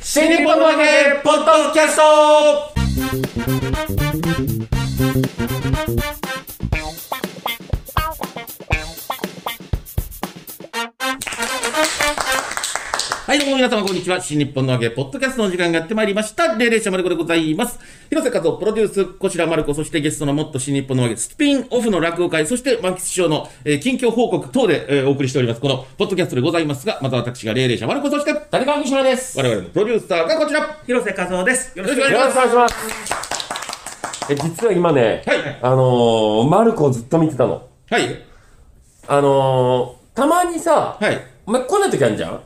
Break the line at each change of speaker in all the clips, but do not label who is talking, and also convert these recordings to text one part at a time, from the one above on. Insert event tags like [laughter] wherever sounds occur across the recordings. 新日本の揚げポッドキャストはい、どうも皆様、こんにちは。新日本の揚げ、ポッドキャストの時間がやってまいりました。霊霊者マルコでございます。広瀬和夫プロデュース、こちらマルコ、そしてゲストのもっと新日本の揚げ、スピンオフの落語会、そして満喫師匠の、えー近況報告等で、えーお送りしております。この、ポッドキャストでございますが、また私が霊霊者マルコ、そして、
谷川西村です。
我々のプロデューサーがこちら
広瀬和夫です。よろしくお願いし
よろ
ま
し
す。
くお願いします。え、実は今ね、
はい
あのー、マルコをずっと見てたの。
はい。
あのー、たまにさ、
はい。
お前来ない時あるじゃん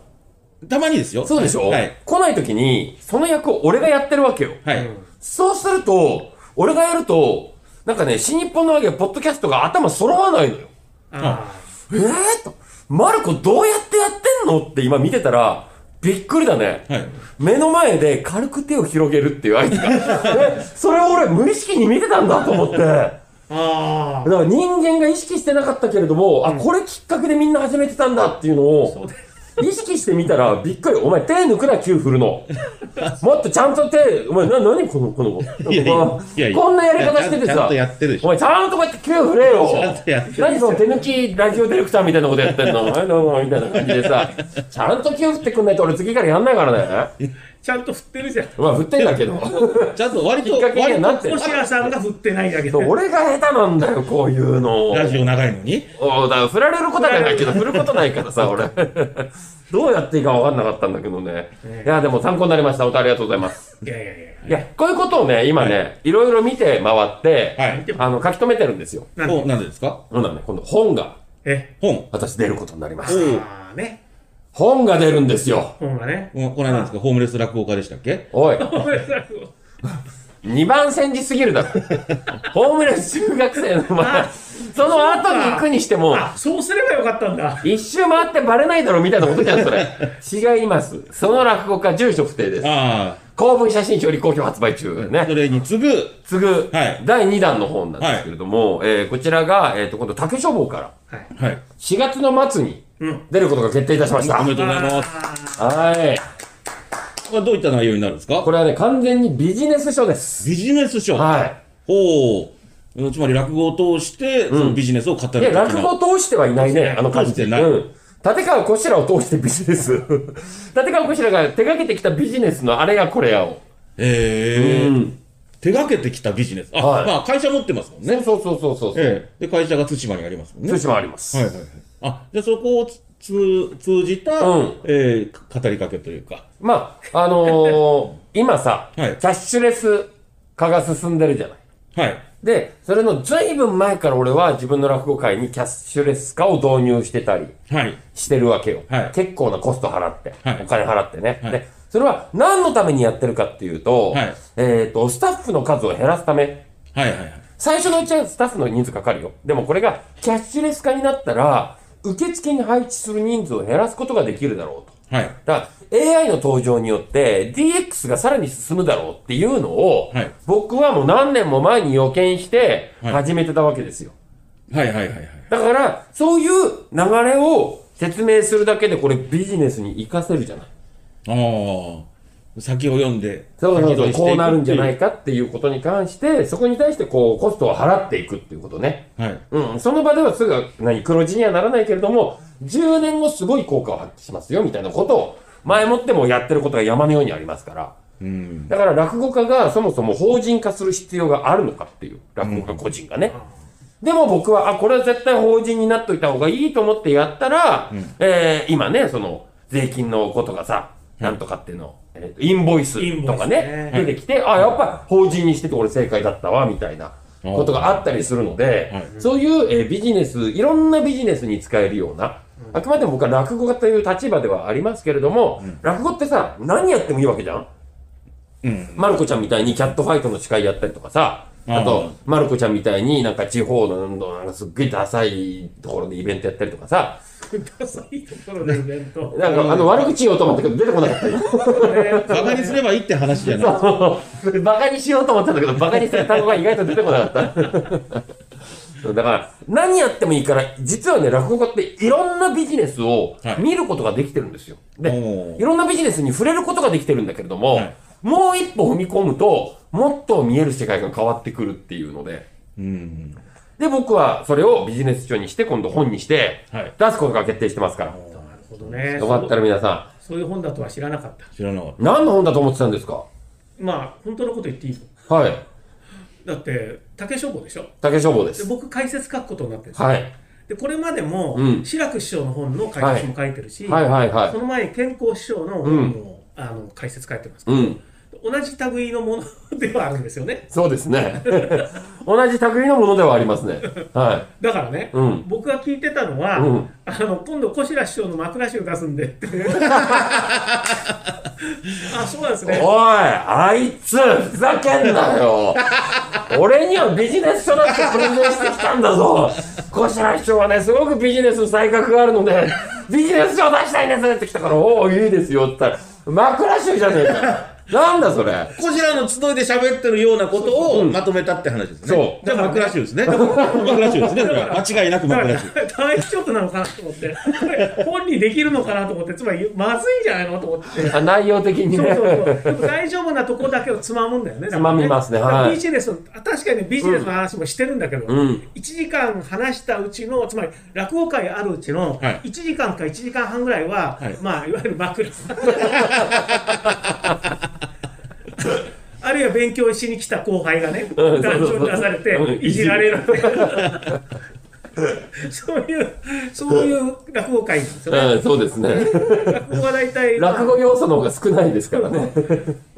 たまにですよ。
そうでしょ、
はい。
来ない時に、その役を俺がやってるわけよ。
はい。
そうすると、俺がやると、なんかね、新日本のわけポッドキャストが頭揃わないのよ。
あ
えーと、マルコどうやってやってんのって今見てたら、びっくりだね。
はい。
目の前で軽く手を広げるっていう合図が。 [laughs] えそれを俺無意識に見てたんだと思って。だか
ーあ
ら人間が意識してなかったけれども、あ、これきっかけでみんな始めてたんだっていうのを、意識してみたらびっくり。お前手抜くな、球振る
[laughs]
の。もっとちゃんと手、お前な、何この、この子
いやいやいや
こんなやり方してて
ちゃん
さ
と、やってるでしょ。
お前ちゃんとこうやって球振れよ。
ちゃんとやってる。
何その手抜きラジオディレクターみたいなことやってん
[laughs]
のはいどうもみたいな感じでさ、ちゃんと気を振ってくんないと俺次からやんないからね。
ちゃんと振ってるじゃん。
まあ振ってんだけど。
ちゃんと割と、
きっかけには
割
なっ
と、
てる。
星谷さんが振ってないだけで。
俺が下手なんだよ、こういうの。
ラジオ長いのに。
おだから振られることはないけど、振ることないからさ、俺。どうやっていいか分かんなかったんだけどね。いや、でも参考になりました。お便りありがとうございます。
いやいやいや。
いや、こういうことをね、今ね、いろいろ見て回って、
はい。
あの、書き留めてるんですよ。
なん
お、
で
なんでですか
ほんならね、今度本が、
え、
本。
私出ることになりま
お
した。
あーね。
本が出るんですよ。
本がね。
おこの間ですかホームレス落語家でしたっけ
おい。
これさこ
二番煎じすぎるだろ。ホームレス中学生の前、その後に行くにして
う
も、
あ、そうすればよかったんだ。
一周回ってバレないだろみたいなことじゃん、それ。違います。その落語家、住所不定です。
あ
公文写真集より公表発売中。
あ。そ
ね。
れに次ぐ、
次ぐ、
はい
第2弾の本なんですけれども、えーこちらが、えっ、と、今度、竹書房から
はい。
はい。
4月の末に
うん。
出ることが決定いたしました。
おめで
は
とうございます。
す。
い。
これはどういった内容になるんですか
これはね、完全にビジネス書です。
ビジネス書。
は
ほううん。つまり落語を通して、そのビジネスを語る
い。
的
い
な。
や、落語を通してはいないね、あの感じ
通してない
うん。立川こしらを通してビジネス。 [laughs] 立川こしらが手掛けてきたビジネスのあれやこれやを。
え
う
え。
ん。
手掛けてきたビジネス。あ、
はい
まあ会社持ってますもんね。
ね、そうそうそうそう。そう
ええ。で、会社が対馬にありますもんね。
通信もあります。
はいはいはい。あ、じゃあそこをつ通通じた、
うん
えー語りかけというか。
まあ、あのー今さ、
はい
キャッシュレス化が進んでるじゃない。
はい。
で、それのずいぶん前から俺は自分の落語会にキャッシュレス化を導入してたり
はい。
してるわけよ。
はい
結構なコスト払って、
はい
お金払ってね、
はい
で、それは何のためにやってるかっていうと、
はい
えっ、と、スタッフの数を減らすため、
はいはいはい。
最初のうちはスタッフの人数かかるよ。でもこれがキャッシュレス化になったら、受付に配置する人数を減らすことができるだろうと。
はい。
だから AI の登場によって DX がさらに進むだろうっていうのを、
はい
僕はもう何年も前に予見して
はい
始めてたわけですよ。
はいはいはいはい。
だから、そういう流れを説明するだけでこれビジネスに活かせるじゃない。
ああ。先を読んで、
そうそ
先
うそ
取
う、
りしていくって
こうなるんじゃないいかっていうことに関して、そこに対してこうコストを払っていくっていうことね。
う。はい。
うん、その場ではすぐ何黒字にはならないけれども、10年後すごい効果を発揮しますよみたいなことを、前もってもやってることが山のようにありますから。
うん。
だから落語家がそもそも法人化する必要があるのかっていう、落語家個人がね。でも僕は、あ、これは絶対法人になっといた方がいいと思ってやったら、えー今ね、その、税金のことがさ、なんとかっていうの、えーとインボイスとか
インボ
ね、
イスね
出てきて、あ、やっぱ法人にしてて俺正解だったわ、みたいなことがあったりするので、
はい
そういう、えービジネス、いろんなビジネスに使えるような、あくまでも僕は落語家という立場ではありますけれども、落語ってさ、何やってもいいわけじゃん
うん。
マルコちゃんみたいにキャットファイトの司会やったりとかさ、あと、マルコちゃんみたいになんか地方のなんかすっげえダサいところでイベントやったりとかさ、
ダサいところでイベント。
なんかあの悪口言おうと思ったけど出てこなかったよ。
[laughs]
バカにすればいいって話じゃない。
バカにしようと思ったんだけど、バカにする単語が意外と出てこなかった。だから、何やってもいいから、実はね、落語家っていろんなビジネスを
はい
見ることができてるんですよ。
お
で、
ー
いろんなビジネスに触れることができてるんだけれども、
はい
もう一歩踏み込むと、もっと見える世界が変わってくるっていうので、
うん。
で、僕はそれをビジネス書にして、今度本にして
はい、
出すことが決定してますから。
なるほどね。
よかったら皆さ
そういう本だとは知らなかった。
知らなかっ
ん、何の本だと思ってたんですか
まあ、本当のこと言っていいの
はい。
だって、竹書房でしょ。
竹消防で。
です僕、解説書くことになってるんですよ
はい。
で、これまでも、
うん
志らく師匠の本の解説も書いてるし、
はいはいは
そ
い。
の前に健康師匠の本も、あの解説書いてますけ
う
ど、
ん。
同じ類のものではあるんですよね。
そうですね。同じ類のものではありますね。は
だからね、
うん
僕が聞いてたのは、
うん
あの今度、小白師匠の枕師を出すんでっ
[laughs]
て。あ、そうなんです
い。
ね。
おい、あいつ、ふざけんなよ。俺にはビジネス書だってプレゼンしてきたんだぞ。小白市長はね、すごくビジネスの才覚があるので、ビジネス書を出したいんですって来たから、おお、いいですよって言ったら、枕集じゃねえか。なんだそれ。
た。こちらの集いで喋ってるようなことをまとめたって話ですね。
そう
じゃあ、 [laughs] 枕集ですね。枕集ですね。これは間違いなく
だか
枕
ら
集。
大丈夫なのかなと思って、これ本にできるのかなと思って、つまりまずいんじゃないのと思って。
あ内容的に
そう
ね。
そうそう。大丈夫なとこだけをつまむんだよね。
つまみますね
だから
はい
ビジネスの、確かにビジネスの話もしてるんだけど、
うん
1時間話したうちの、つまり落語会あるうちの、
はい
1時間か1時間半ぐらいは、
はい
まあ、いわゆる枕。あるいは勉強しに来た後輩がね、
うん
団長に出され
うん
て、いじられる。 [laughs] そういう、そういう落語会なんですよね。
うん、そうですね。
落語は大体、まあ
落語要素の方が少ないですからね。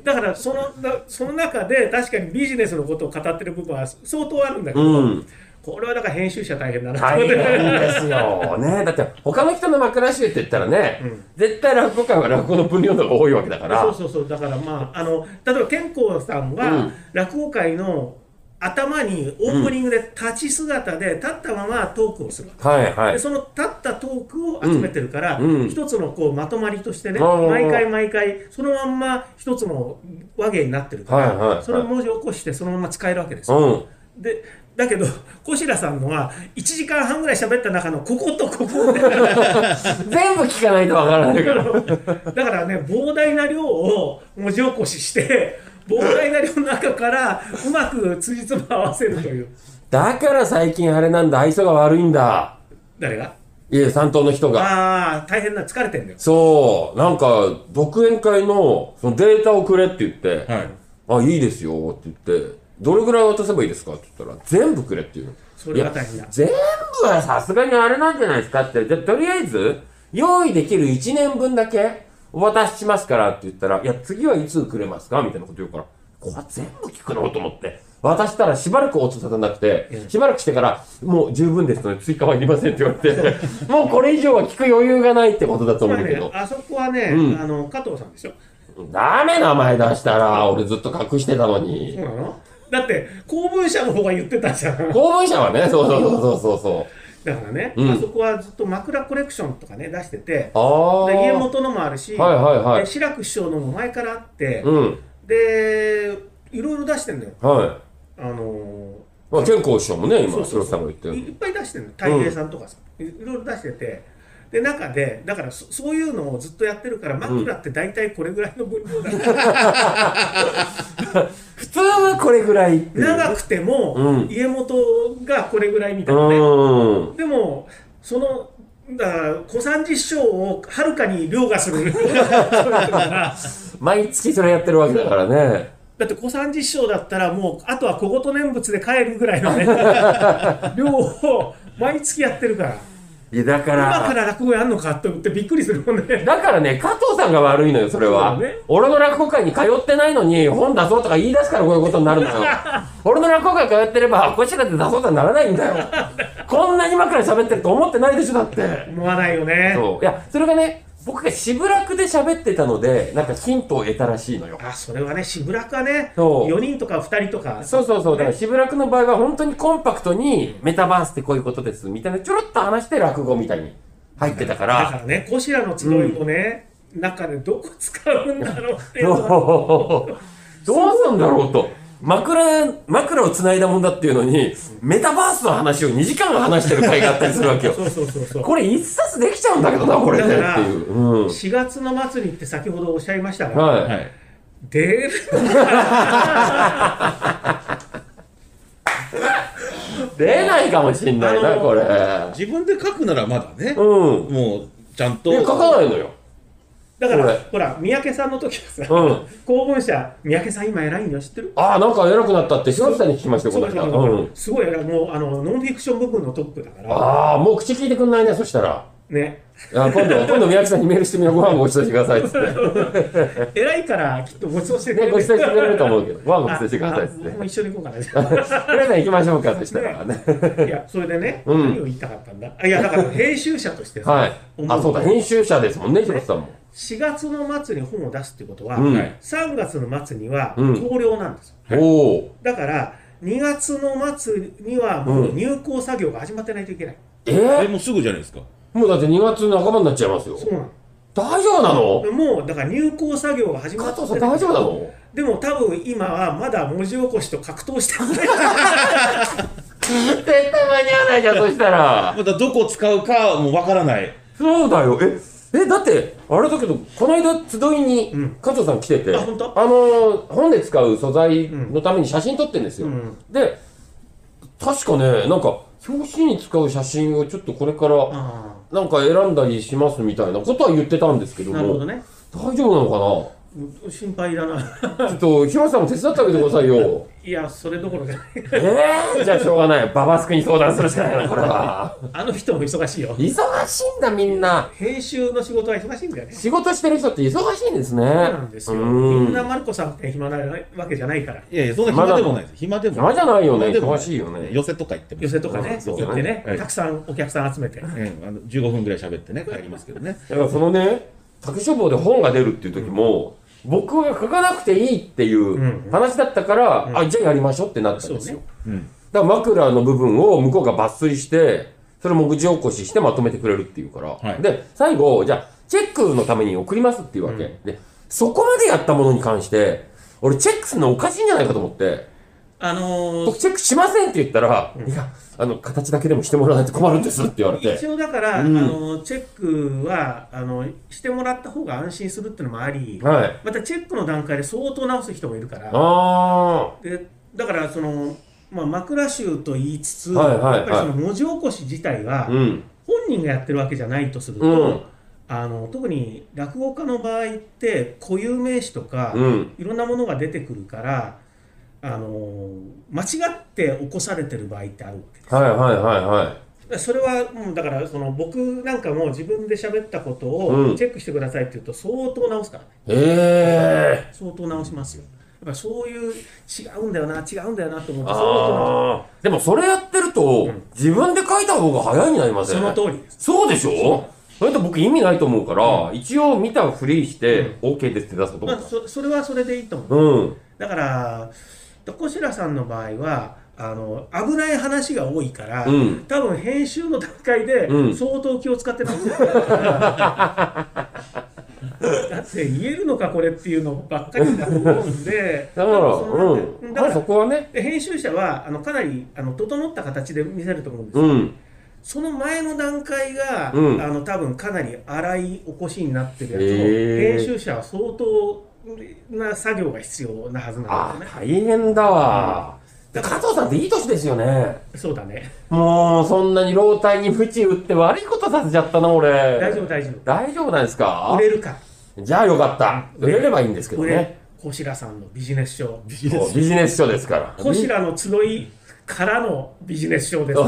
だからそのだその中で確かにビジネスのことを語ってる部分は相当あるんだけど、
うん。
これはだから編集者大変だなと
大
思っ
変
て、
ですよ。ねだって、他の人の枕集って言ったらね、絶対落語界は落語の分量の方が多いわけだから。
そうそうそうだからまああの例えば健康さん
う
は
ん
落語界の頭にオープニングで立ち姿で立ったままトークをするわけ
はいは
で
い。
その立ったトークを集めてるから、
うんうん
一つのこうまとまりとしてね、
あー
毎回毎回そのまんま一つの和芸になってるから、
はいはいはい
それを文字起こしてそのまま使えるわけですよ
うん。
でだけど小白さんのは1時間半ぐらい喋った中のこことここ
全部聞かないとわからないから。
だからね膨大な量を文字起こしして膨大な量の中からうまく辻褄を合わせるという
だから最近あれなんだ、愛想が悪いんだ。
誰が
いえ、担当の人が。
ああ大変な疲れてんだよ
そう、なんか、独演会の、そのデータをくれって言って、
はい。
あ、いいですよって言って、どれぐらい渡せばいいですかって言ったら、全部くれっていうの。
それが大変だ
全部はさすがにあれなんじゃないですかって、じゃあとりあえず、用意できる1年分だけお渡ししますからって言ったら、いや、次はいつくれますかみたいなこと言うから、これは全部聞くのと思って。渡したらしばらく音立たなくて、しばらくしてから、もう十分ですので追加はいりませんって言わ
[laughs]
れて、もうこれ以上は聞く余裕がないってことだと
つ
思
ま
う
り
け
ね
ど。
あそこはね、
うん
あの加藤さんでしょ
ダメ名前出したら、俺ずっと隠してたのに
そう。なのだって公文社の方が言ってたじゃん
公文社はね、そうそうそうそうそ
だからね、
うん
あそこはずっと枕コレクションとかね出してて
う。ああ。
で家元のもあるし、
はいはいはい
で志らく師匠のも前からあって、
うん。
でいろいろ出してんだよ
はい。
あの
まあ、健康師匠もね、今、
そうそう
白木さんが言って
ーい
る。
っぱい出してんの大平さんとかさ、いいろいろ出しててで中でだからそそういうのをずっとやってるから枕って大体これぐらいの分量だ、
普通はこれぐらいっていう。
長くても、
うん
家元がこれぐらいみた
う
いなね、
ーん。
でもそのだから小三治師匠をはるかに凌駕する
[laughs]
人だから
毎月それやってるわけだからね。
だって小三治師匠だったらもうあとは小言念仏で帰るぐらいの
[laughs]
ね量を毎月やってるから
いや、だか、
今からら落語やんのかと思ってびっくりするもん
[laughs]
ね。
だからね、加藤さんが悪いのよ、それは。
そうだね
俺の落語会に通ってないのに、本出そうとか言い出すからこういうことになるの [laughs] よ。俺の落語会通ってれば、こちらで出そうとはならないんだよ。こんなに枕で喋ってると思ってないでしょ、だって。
思わないよね。
そう。いや、それがね、僕が渋楽で喋ってたので、なんかヒントを得たらしいのよ。
あ、それはね、渋楽はね、
そう
4人とか2人とか。
そうそうそう。だから、
ね
渋楽の場合は本当にコンパクトに、メタバースってこういうことです、みたいな、ちょろっと話して落語みたいに入ってたか。
だから [laughs] らね、コシラの集いをね、中でどこ使うんだろうっていうのは
どうすんだろうと。枕、枕を繋いだもんだっていうのに、メタバースの話を2時間話してる回があったりするわけよ。
[laughs] そうそうそうそう
これ一冊できちゃうんだけどな、これね。って
だから
いう。うん。
4月の末にって先ほどおっしゃいましたが、
は
はい。
出る
い。 [laughs] 出ないかもしんない
あ
な、
の
これ。
自分で書くならまだね、
うん。
もうちゃんと。
で、書かないのよ。
だか
こ
ら
れ
ほら三宅さんの時はさ、
うん
公文社三宅さん今偉いんよ知ってる
ああ、なんか偉くなったって、柴田さんに聞きましたよ、この間。
そう
うん。
すごい偉いもうあのノンフィクション部分のトップだから
ああ、もう口聞いてくんないね、そしたら。 [laughs]
ね
あ今度、今度、宮城さんにメールしてみよう、ご飯ごちそうしてくださいっつって。
偉いからきっとごちそうしてくれ
ね、
る
ごちそうしてくれると思うけど、ご飯ごち
あ
そうしてくださいっつって
あ
[laughs]
僕。も一緒に行こうかなじゃ
皆さん行きましょうか、そしたらね。
あいやそれでね、
うん
何を言いたかったんだあいやだから編集者としてさ、
はい。
思
あ、そうだ、
4
編集者ですもんね、広瀬さんも。
月の末に本を出すってことは、
うん
はい
3月の末には
うん
投了なんですよ、
おお。
だから2月の末にはもう入稿作業が始まってないといけない、
え、
えー
もうすぐじゃないですか。
もうだって2月の半ばになっちゃいますよ。
そうなの
大丈夫なの
もうだから入稿作業が始ま
加
って
藤さん大丈夫なの
でも多分今はまだ文字起こしと格闘してない
絶対間に合わないじゃん、そしたら。
またどこ使うかもうわからない。
そうだよ。え、え、だって、あれだけど、この間、集いに
うん、
加藤さん来てて、
あ本当
あのー、本で使う素材のために写真撮ってんですよ。
うん
で、確かね、なんか、表紙に使う写真をちょっとこれから、
あ
なんか選んだりしますみたいなことは言ってたんですけ
あ
ども。
なるほどね
大丈夫なの
心配だな
かなちょっと、広瀬さんも手伝ってあげてくださ
[laughs]
いよ。
いやそれどころ
[laughs]
じゃない
えー、じゃあしょうがない。ババスクに相談するしかないな、これ
[laughs]
は。
あの人も忙しいよ
忙しいんだ、みんな。
編集の仕事は忙しいんだよねそ
仕事してる人って忙しいんですね。
うなんですよ
うん
みんなマルコさんって暇なわけじゃないから
いやいや、そんな暇でもないです。暇でも
暇じゃないよね
暇でもな
忙しいよね
寄せとか行っても
寄せとかね
そう
行ってね
はい
たくさんお客さん集めて
うんあの15分ぐらい喋ってね、帰りますけどね。
だからそのね、竹書房で本が出るっていう時も、僕が書かなくていいっていう話だったから、あ、じゃあやりましょうってなったんですよ。
うん。
だから枕の部分を向こうが抜粋して、それも口起こししてまとめてくれるっていうから。
はい
で、最後、じゃあ、チェックのために送りますっていうわけ。で、そこまでやったものに関して、俺チェックするのおかしいんじゃないかと思って、
あのー
僕チェックしませんって言ったら、いや、あの、形だけでもしてもらわないと困るんですって言われて
一。応だから、
うん
あのチェックはあのしてもらった方が安心するっていうのもあり、
はい。
またチェックの段階で相当直す人もいるから
あ
でだからその、まあ、枕集と言いつつ、
はいはいはい
やっぱりその文字起こし自体は
あ。うん。
本人がやってるわけじゃないとすると、
うん
あの特に落語家の場合って固有名詞とか、
うん。
いろんなものが出てくるからあの間違って起こされてる場合ってあるわけです。
はいはいはいはい。
それはもうだからその僕なんかも自分で喋ったこと
う
を
ん
チェックしてくださいって言うと相当直すからね
ええ
相当直しますよやっぱそういう違うんだよな違うんだよなと思って相当直す
ああ。でもそれやってると、自分で書いた方が早いになりません
その通りです。
そうでしょそれと僕意味ないと思うから、一応見たふりして、OK ですって出すこと
まあ、そそれはそれでいいと思う。
うん。
だから、小白さんの場合は、あの危ない話が多いから、
うん
多分編集の段階で
うん
相当気を使ってます、だって言えるのかこれっていうのばっかりだと思うんで
だから、
多分そうなって
ん。
だか
まあ
ら
そこはね。
で編集者はあのかなりあの整った形で見せると思うんです、
うん。
その前の段階が、
うん
あの多分かなり荒い起こしになってるやつを、
へー
編集者は相当な作業が必要なはずな
あ
んで
あ、
すよね。
大変だわ。
うん
加藤さんっていい年ですよね。
そうだね。
もう、そんなに老体に淵打って悪いことさせちゃったな、俺。
大丈夫大丈夫。
大丈夫なんですか
売れるか。
じゃあよかった。売れればいいんですけど
売
ね
れ。。小白さんのビジネス書。
もうビジネス書ですから。
小白の集いからのビジネス書です。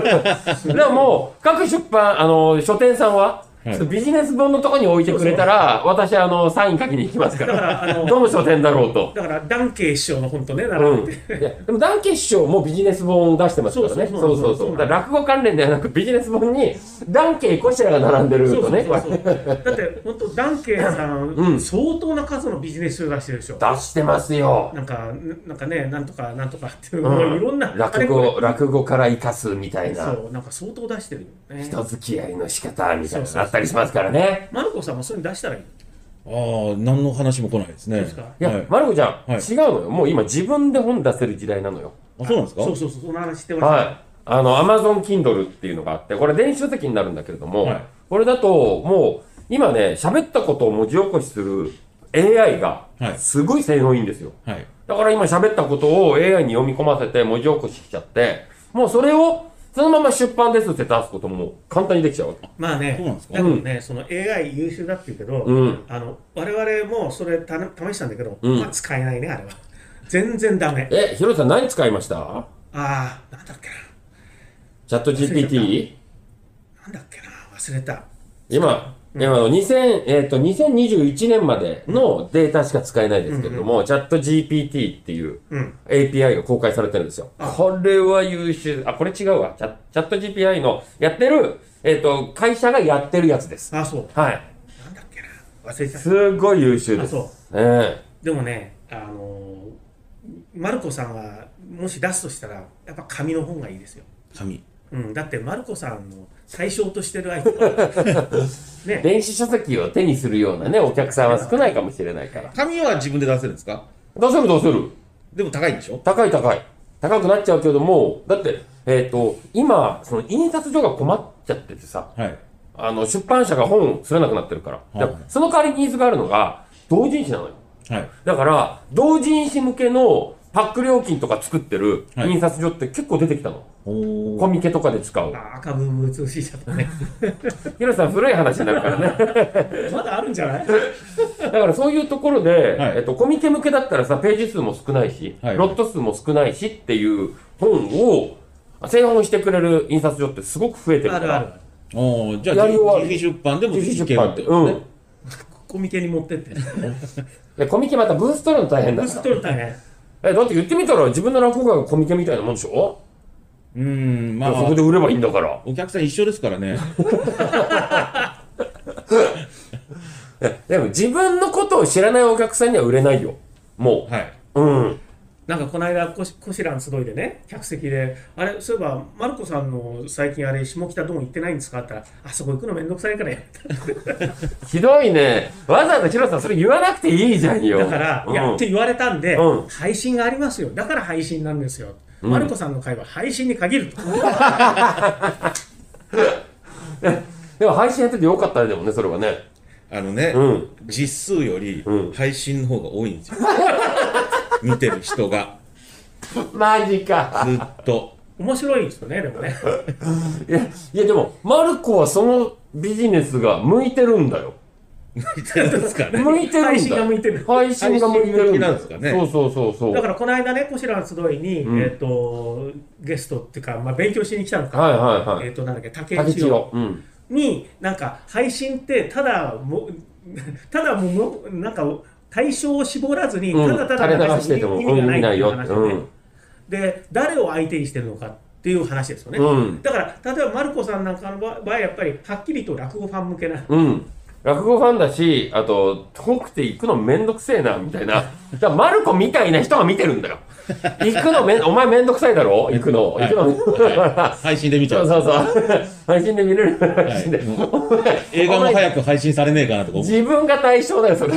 だからもう、各出版、あの、書店さんは、
はい
ちょっとビジネス本のとこに置いてくれたら、私、あの、サイン書きに行きますか
だ [laughs] から、
ら。
あ
[laughs]
の、
どの書店だろうと。
だから、ダンケイ師匠の本とね、並
うん。
べて。
いやでも、ダンケ師匠もビジネス本を出してますからね。
そ
そう
そ
うそうう
そ
そうう。
そう
だから落語関連ではなく、ビジネス本に、ダンケイ・コシラが並んでる
そう
と
そう
ね。
そうそう。だって、本当ダンケイさん、
うん
相当な数のビジネス書出してるでしょ。
出してますよ。
なんか、なんかね、なんとかなんとかっていう、
う
もういろんな、あ
落
れこれ
語、落語から生かすみたいな。
そう、なんか相当出してるよね。
人付き合いの仕方みたい
そうそう
な
そう
のあったりしますからね。
マルコさんもそういうの出したらいい。
ああ、何の話も来ないですね。
すか
いや、
はい、
まる子ちゃん、
はい
違うのよ。もう今自分で本出せる時代なのよ。
あ、そうなんですか
そうそうそう、その話してました。
はい。あの、Amazon Kindle っていうのがあって、これ電子書籍になるんだけれども、
はい
これだと、もう、今ね、喋ったことを文字起こしする AI が
は、い
すごい性能いいんですよ。
はい。
だから今喋ったことを AI に読み込ませて文字起こししちゃって、もうそれを、そのまま出版ですって出すことも簡単にできちゃうわけ。
まあね、
そうなんですか
だけどね、その AI 優秀だって言うけど、
うん
あの我々もそれた試したんだけど、
うん
まあ使えないね、あれは。全然ダメ。
え、ひろさん何使いました
ああ、なんだっけ
チャット GPT?
な。なんだっけな。忘れた。
今、今の2000、えっ、と、2021年までのデータしか使えないですけれども、チャット GPT っていう
うん。
API が公開されてるんですよ。
あ
これは優秀。あ、これ違うわ。チャチャット GPI のやってる、えっ、と、会社がやってるやつです。
ああ、そう。
はい。
なんだっけな。忘れちゃった。
すごい優秀です。
あそ
え
でもね、あのーマルコさんはもし出すとしたら、やっぱ紙の本がいいですよ。
紙。
うん、だってマルコさんの対象としてる相手は
え
ね、
電子書籍を手にするようなね、お客さんは少ないかもしれないから。
紙は自分で出せるんですか
どうするどうする
でも高いんでしょ
高い高い。高くなっちゃうけども、だって、えっ、と、今、その印刷所が困っちゃっててさ、
はい。
あの、出版社が本を刷れなくなってるから。
はい
だからその代わりにニーズがあるのが、同人誌なのよ。
はい。
だから、同人誌向けのパック料金とか作ってる
はい
印刷所って結構出てきたの。
お
コミケとかで使う。
あ赤ブーム通信社とかね、
ヒロさん古い話になるから
[laughs]
ね。
まだあるんじゃない
だからそういうところで、
はい
えっと、コミケ向けだったらさ、ページ数も少ないし、
はい
ロット数も少ないしっていう本を、製本してくれる印刷所ってすごく増えてるか
あ
ら。
るある。
おーじゃあ、
やり
自
終わる
費出版でも
自費出版って。
う。
うんん。
コミケに持ってって。
でコミケまたブース取るの大変だ
ブ
か
ス
ら。
取る大変。
え、だって言ってみたら自分の落語家がコミケみたいなもんでしょ
うん、ま
そ
あ、
こで売ればいいんだから。
お客さん一緒ですから [laughs] ね。
えでも自分のことを知らないお客さんには売れないよ。も
はい。
う。うん。
なんかこの間コシ、コシラン集いでね、客席で、あれ、そういえば、マルコさんの最近あれ、下北どうも行ってないんですかって言ったら、あそこ行くのめんどくさいからやった。
ひどいね。わざわざヒロさんそれ言わなくていいじゃんよ。
だから、
うん
いやって言われたんで、
うん
配信がありますよ。だから配信なんですよ。マルコさんの会は配信に限ると。
でも配信やっててよかったねでもね、それはね。
あのね、
うん
実数より
うん
配信の方が多いんですよ。見てる人が、
マジか。
ずっ
[laughs]
と。
面白いんですよね、でもね。
いや、いやでも、マルコはそのビジネスが向いてるんだよ。
見てるんですかね。
向いてるんだ
配信が向いてる
配信が向いてるんだよ。
配信向きなんですかね
そうそうそうそう。
だから、この間ね、コシラン集いに、えっ、と、ゲストっていうか、まあ、勉強しに来たのか、
はいはいは
えっ、
い。
と、なんだっけ、竹
竹
内
千
を。
代。うん。
になんか配信ってただも [laughs] ただもうなんか対象を絞らずに
う
ただ
ん
ただ
垂れ流してても
意味がないっていう
うん意
話
味ないよ
で,、
うん
で誰を相手にしてるのかっていう話ですよね、
うん
だから例えばマルコさんなんかの場場合やっぱりはっきりと落語ファン向けな
うん。落語ファンだし、あと、遠くて行くのめんどくせえな、みたいな。だから、マルコみたいな人が見てるんだよ。行くのめん、お前めんどくさいだろ行くの。行くの。
配信で見ちゃ
そう
う。
そうそう。配信で見れる
は
話
い
で。
もう映画も早く配信されねえかなとか思う。
自分が対象だよ、それ。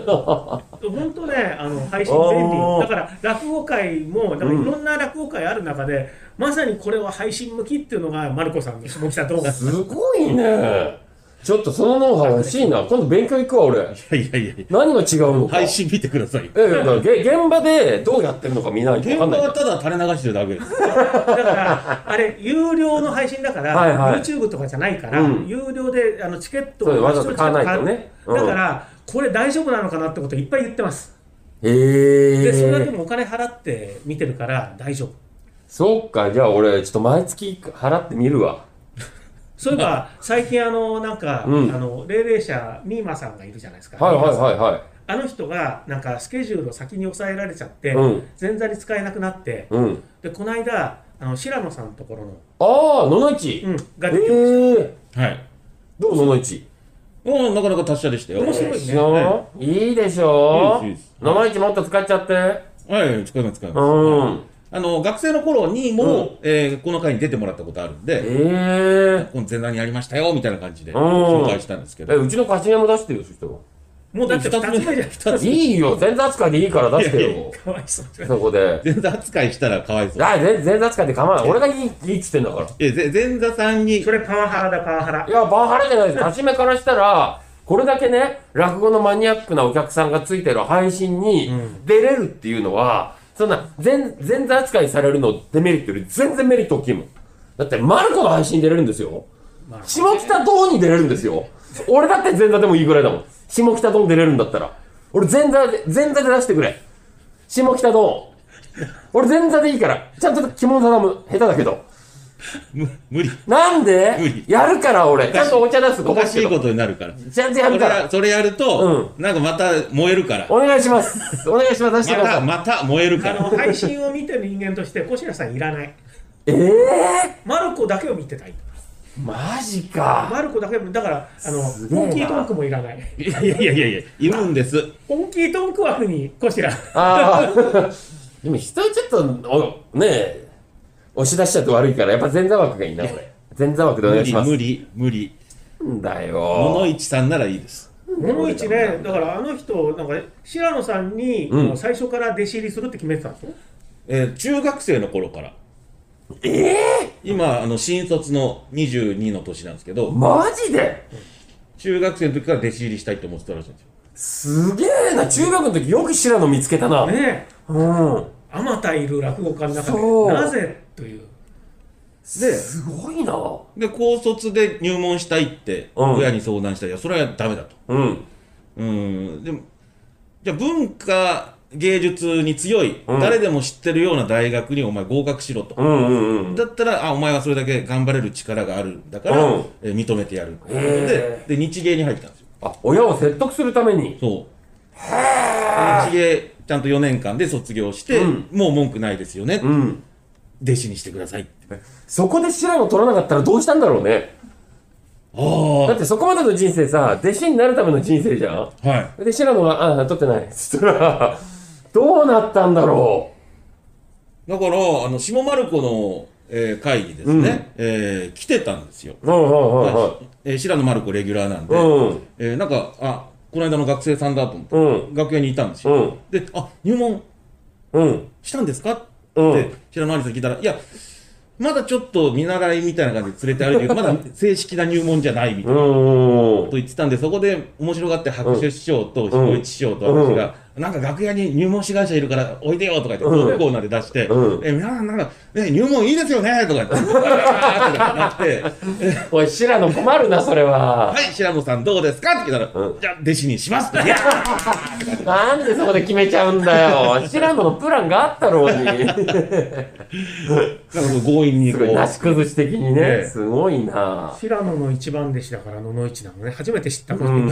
本当ねあの配信
お
便
ー
利だから落語界もだからいろんな落語界ある中で、まさにこれは配信向きっていうのがマルコさんの下北動画
すごいね。ちょっとそのノウハウ欲しいな。今度勉強行くわ、俺。 [laughs]
いやいやいやいや
何が違うのか。
配信見てくださいよ。
ええ、だからげ現場でどうやってるのか見ないと
現
分
場
かんないか
は
ら。
ただ垂れ流してるだけです。
だから、あれ、有料の配信だから、
はいはい
YouTube とかじゃないから、
うん
有料であのチケット
そうわざわざ
一人
買わないとね
チケット買う
うん
だから、これ大丈夫なのかなってこといっぱい言ってます。
え
で、それだけ
え。
もお金払って見てるから大丈夫。
そっか、じゃあ俺、ちょっと毎月払ってみるわ。
そういえ
[laughs]
ば、最近、あの、なんか、
うん
あの、霊霊者、ミーマさんがいるじゃないですか。
はいはい
ミーマさん
はいはい。
あの人が、なんか、スケジュールを先に抑えられちゃって、
うん
前座に使えなくなって、
うん。
で、この間、あの、白野さんのところの、
ああ、野々市。
うん、が出てきまし
ええ。
はい。
どう野々市。
もうなかなか達者でしたよ。
面白い
で
ね
しょいいでしょ
いいですいいです
野々市もっと使っちゃって。
はい、使います、使います。
うん。
あの、学生の頃に
う
も、えーこの回に出てもらったことあるんで、
ええ。
この前段にありましたよ、みたいな感じで
うん
紹介したんですけ
え、
ど、
うちの貸し屋も出してるよ、そしたら。
もうだって
二つ目
2つ目じゃん2つ
いいよ、前座扱いでいいから出して
いや
よ。
かわい
[laughs]
そうじゃん
そこで。
前座扱いしたらかわいそう。
あ、前前座扱いで構わない。俺がいい、いいっつってんだから。
え、ぜ前座さんに
そ、れパワハラだパワハラ
いや、パワハラじゃないです。初めからしたら、これだけね、落語のマニアックなお客さんがついてる配信に出れるっていうのは、そんな全、全座扱いされるのデメリットより全然メリット大きいもん。だって、マルコの配信に出れるんですよ。下北道に出れるんですよ。俺だって前座でもいいぐらいだもん。下北道に出れるんだったら。俺前座で、前座で出してくれ。下北道。俺前座でいいから。ちゃんと着物頼む。下手だけど。
む無理。
なん
無
で
理
やるから俺。ちゃんとお茶出す。
おかしい
こぼ
こ
す
とになるから。
けどちゃんとや
そ
る
れ
から
や。それやると、なんかまた燃えるから。
お願いします。お願いします。出して
ま
くださ
た、
い。
また燃えるか
あ
ら。
の配信を見てる人間として小白さんいらない
ええ
マルコだけを見てたい
ー、マジか。
マルコだけをだからあの
すげえな
本気トークもいらない
いやいやいやいや、いるんです。
本気トーク枠に小白
ああ。 [laughs] でも人ちょっと、おねえ、押し出しちゃって悪いから、やっぱ前座枠がいいな、俺。前座枠でお
無
願いし
理、
ます。
無理、無理。
なんだ
物
よ。
市さんならいいです。
物一ねだからあの人なんか白野さんに、
うん
もう最初から弟子入りするって決めてたんですよ
えー中学生の頃から。ええ今、あの、新卒の22の年なんですけど、
マジで
中学生の時から弟子入りしたいと思ってたらしいんですよ。
すげえな。中学の時よく白野見つけたな。
ねえ
うん。
あまたいる落語家の中
そう
でなぜという
すごいな。
で、高卒で入門したいって、
うん
親に相談したら、いや、それはダメだと。
うん。
うん、でも、じゃあ文化、芸術に強い、
うん
誰でも知ってるような大学にお前合格しろと。
うんうんうん。
だったら、あ、お前はそれだけ頑張れる力があるんだから、
うん
えー認めてやる。
へ
で、で、日芸に入ったんですよ。
あ、親を説得するために。
そう。日芸、ちゃんと4年間で卒業して、
うん
もう文句ないですよね。
うん。
弟子にしてくださいって。あ
そこで白野取らなかったらどうしたんだろうね。
あ
だってそこまでの人生さ、弟子になるための人生じゃん。
はい。
で、白野が、あ、取ってない。 [laughs] そしたら、どうなったんだろ
だから、あの、下丸子の、えー会議ですね、えー来てたんですよ。
う。うんうんうんうん。
えー白野丸子レギュラーなんで、
うん
えーなんか、あ、この間の学生さんだと思って、
うん
楽屋にいたんです
う
よ。
ん
で、あ、入門
うん
したんですかって、
うん
白野兄さんに聞いたら、いや、まだちょっと見習いみたいな感じで連れて歩いて
[laughs]
る、まだ正式な入門じゃないみたいな
うんうんうん
と言ってたんで、そこで面白がって白手師匠と彦一師匠と私が、なんか楽屋に入門志願者いるからおいでよとか言って、
うん
コーナーで出して、
うん
え皆さんなんか、ね、入門いいですよねとか言
[laughs]
って、わーってなって、
おい白野困るなそれは
はい、白野さんどうですかって聞いたら、
う
じゃあ弟子にしますって。いや
なんでそこで決めちゃうんだよ白野のプランがあったろう [laughs] に
なんかこう強引に
す
こ
ご
う
い。なし崩し的に
ね
ね
え
すごいな
白野の一番弟子だから野々市なのね初めて知ったこと、 [laughs]
うん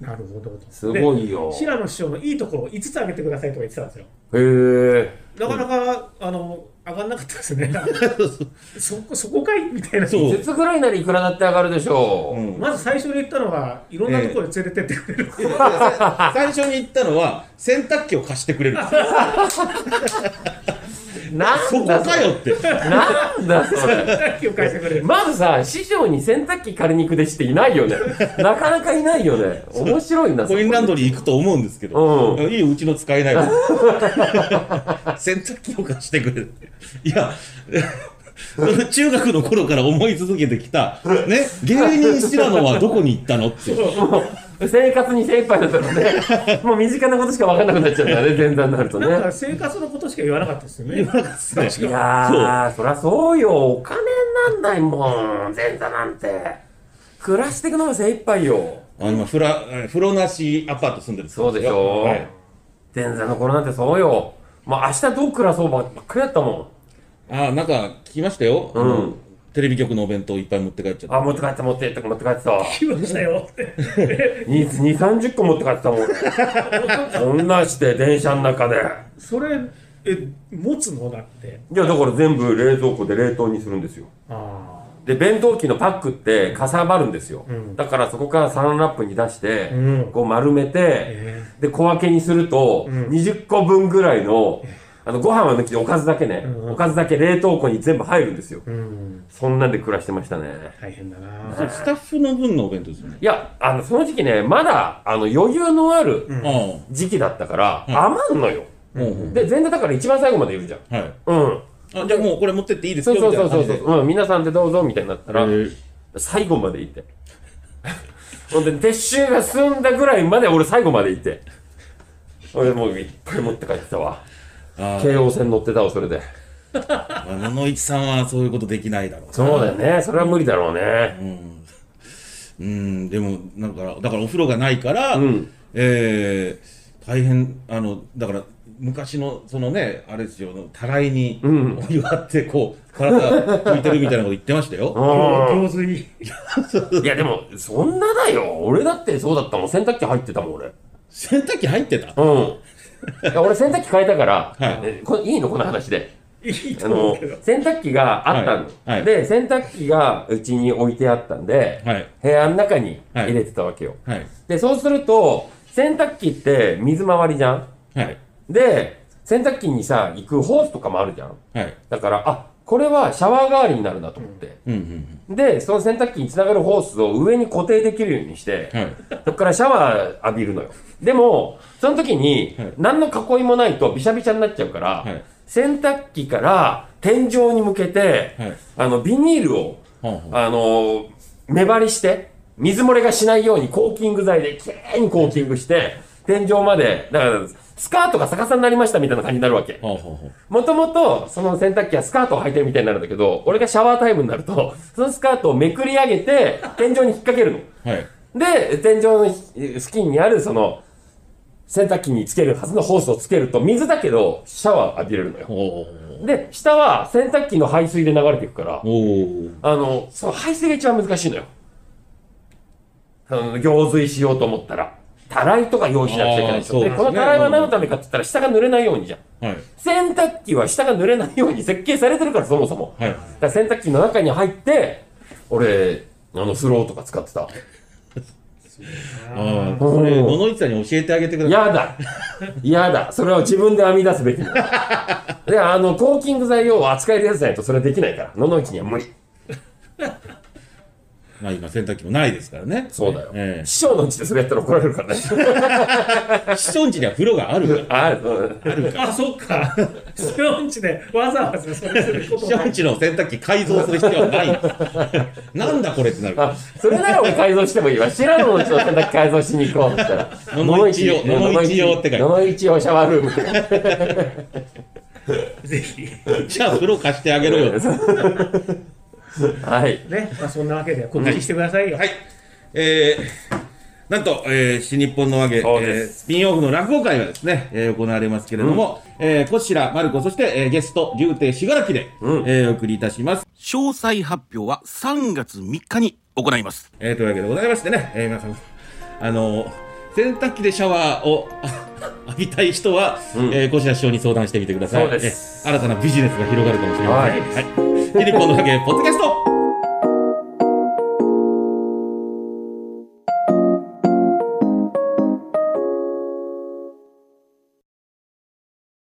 なるほど
すごいよ
で白野師匠のいいところを5つ挙げてくださいとか言ってたんですよ
へえ
なかなか、あの上がんなかったですねそこそこかいみたいな
そう
節ぐらいならいくらだって上がるでしょう、
うん
まず最初に言ったのがいろんなところに連れてってくれる、
いやいや最初に言ったのは、洗濯機を貸してくれ
[laughs]
る。
な
そ
ん
こ
だそ
か
れ
よって。
なんだそれ
記憶返してく [laughs] れる
まずさ、師匠に洗濯機借りに行く弟子っていないよね。なかなかいないよね。面白いな、
コインランド
リ
リー行くと思うんですけど、いいよう [laughs] ちの使えないわ洗濯機を貸してくれる。いや、中学の頃から思い続けてきた、ね、芸人白野はどこに行ったのっていう。
ー。生活に精一杯だったらね、もう身近なことしか分かんなくなっちゃうんだね、前座になるとね。
なんか生活のことしか言わなかったですよね。
です
いやー、そりゃそうよ。お金になんないもん、前座なんて。暮らしていくのが精一杯よ。
あの、今、風呂、え風呂なしアパート住んでるんですよ
そうでしょ
はい
前座の頃なんてそうよ。もう明日どう暮らそうばっかりだったも
ああ、なんか聞きましたよ。あのテレビ局のお弁当いっぱい持って帰っちゃっ
ん。
た。
あ、持って帰って持ってって持って帰ってた。
来ましたよって。
2、2 30個持って帰ってたもん。こんなして、電車の中で。
それ、え、持つのだって。
いや、だから全部冷蔵庫で冷凍にするんですよ。
あ
で、弁当機のパックってかさばるんですよ。だからそこからサランラップに出して、
うん
こう丸めて、
え
で、小分けにすると、
ん
20個分ぐらいの、あの、ご飯は抜きでおかずだけね、
うん
おかずだけ冷凍庫に全部入るんですよ。
うん。
そんなんで暮らしてましたね。
大変だ
それ
な。
スタッフの分のお弁当ですよね。
いや、あの、その時期ね、まだ、あの、余裕のある
ああ。
時期だったから、
うん
余んのよ。
ほうほう
で、全然だから一番最後までいるじゃん。
はい。
うん。
あ、じゃあもうこれ持ってっていいです
そ
よ
う
み
そ
た
う
い
そ
な感
うそう
じで。
うん、皆さんでどうぞ、みたいになったら、
へえ
最後までいて。 [laughs] ほんで、撤収が済んだぐらいまで俺最後までいて。俺もういっぱい持って帰ってたわ。
ああ
京王線乗ってたわ、それで。
まあ野々市さんはそういうことできないだろう。
そうだよね。それは無理だろうね。
うん、でも、なんか、だからお風呂がないから、
うん
えー大変、あの、だから、昔の、そのね、あれですよ、たらいに、
ん
お湯張って、こう、体拭いてるみたいなこと言ってました
[laughs]
よ。
う
洪水。
ん。いや、でも、そんなだよ。俺だってそうだったもん。洗濯機入ってたもん、俺。
洗濯機入ってた
うん。いや俺洗濯機変えたから、
はい
えこれいいのこの話で。
いい
あ
と思
の
うけど。、
洗濯機があったの。
はいはい
で、洗濯機がうちに置いてあったんで、
はい。
部屋の中に入れてたわけよ。
はい。
で、そうすると、洗濯機って水回りじゃん
はい。
で、洗濯機にさ、行くホースとかもあるじゃん
はい。
だから、あ、これはシャワー代わりになるなと思って。
うんうん
で、その洗濯機につながるホースを上に固定できるようにして、
うん。はい。
そこからシャワー浴びるのよ。でも、その時に
はい、
何の囲いもないとびしゃびしゃになっちゃうから、
はい
洗濯機から天井に向けて、
はい
あの、ビニールを、
ほうほう
あの、目張りして、水漏れがしないようにコーキング剤できれいにコーキングして、天井まで、だから、スカートが逆さになりましたみたいな感じになるわけ。
ほうほうほう。
もともと、その洗濯機はスカートを履いてるみたいになるんだけど、俺がシャワータイムになると、 [laughs] そのスカートをめくり上げて、天井に引っ掛けるの。
はい。
で、天井のひ付近にある、その、洗濯機につけるはずのホースをつけると、水だけど、シャワー浴びれるのよ。
ほう
で、下は洗濯機の排水で流れていくから、
おー
あの、その排水が一番難しいのよ。あの、行水しようと思ったら、たらいとか用意しなくちゃいけないでしょ。
あーそう
で
ですね
このたらいは何のためかって言ったら、下が濡れないようにじゃん。
はい。
洗濯機は下が濡れないように設計されてるから、そもそも。
はい
だから洗濯機の中に入って、俺、あの、スローとか使ってた。
ああ、それ、野々市さんに教えてあげてください。
やだ。やだ。それを自分で編み出すべきな
[laughs]
ので、あの、コーキング材を扱えるやつじゃないとそれできないから。野々市には無理。
まあ今、洗濯機もないですからね。
そうだよ。
え
師匠のうちでそれやったら怒られ
[laughs]
るからね。
え。市町地には風呂がある
[laughs]
から。
ある。
あ、そっか。スペオンチでわざわざそれすること
市 [laughs]
ない
町。地の洗濯機改造する必要はない。なんだこれってなる。
あ、それなら俺改造してもいいわ。知らんのうちの洗濯機改造しに行こうって言った
[laughs] 野
ら。
々市用野々市用って書いてある
野々市用シャワールームって書いてある
ぜひ。
じゃあ風呂貸してあげろよ。
はい。
ね。まあそんなわけで告知してくださいよ。
はい。えーなんと、えー新日本の和芸、え
そう
ー
で
スピンオフの落語会がですね、えー行われますけれども、えーこちら、マルコ、そして、えーゲスト、竜亭しがらきで、
うん
えーお送りいたします。詳細発表は3月3日に行います。えーというわけでございましてね、えー皆さん、あのー洗濯機でシャワーを [laughs] あ浴びたい人は、えーこちら師匠に相談してみてください。
そうです
えー新たなビジネスが広がるかもしれません。
はい
はい。新日本の和芸、ポッドキャスト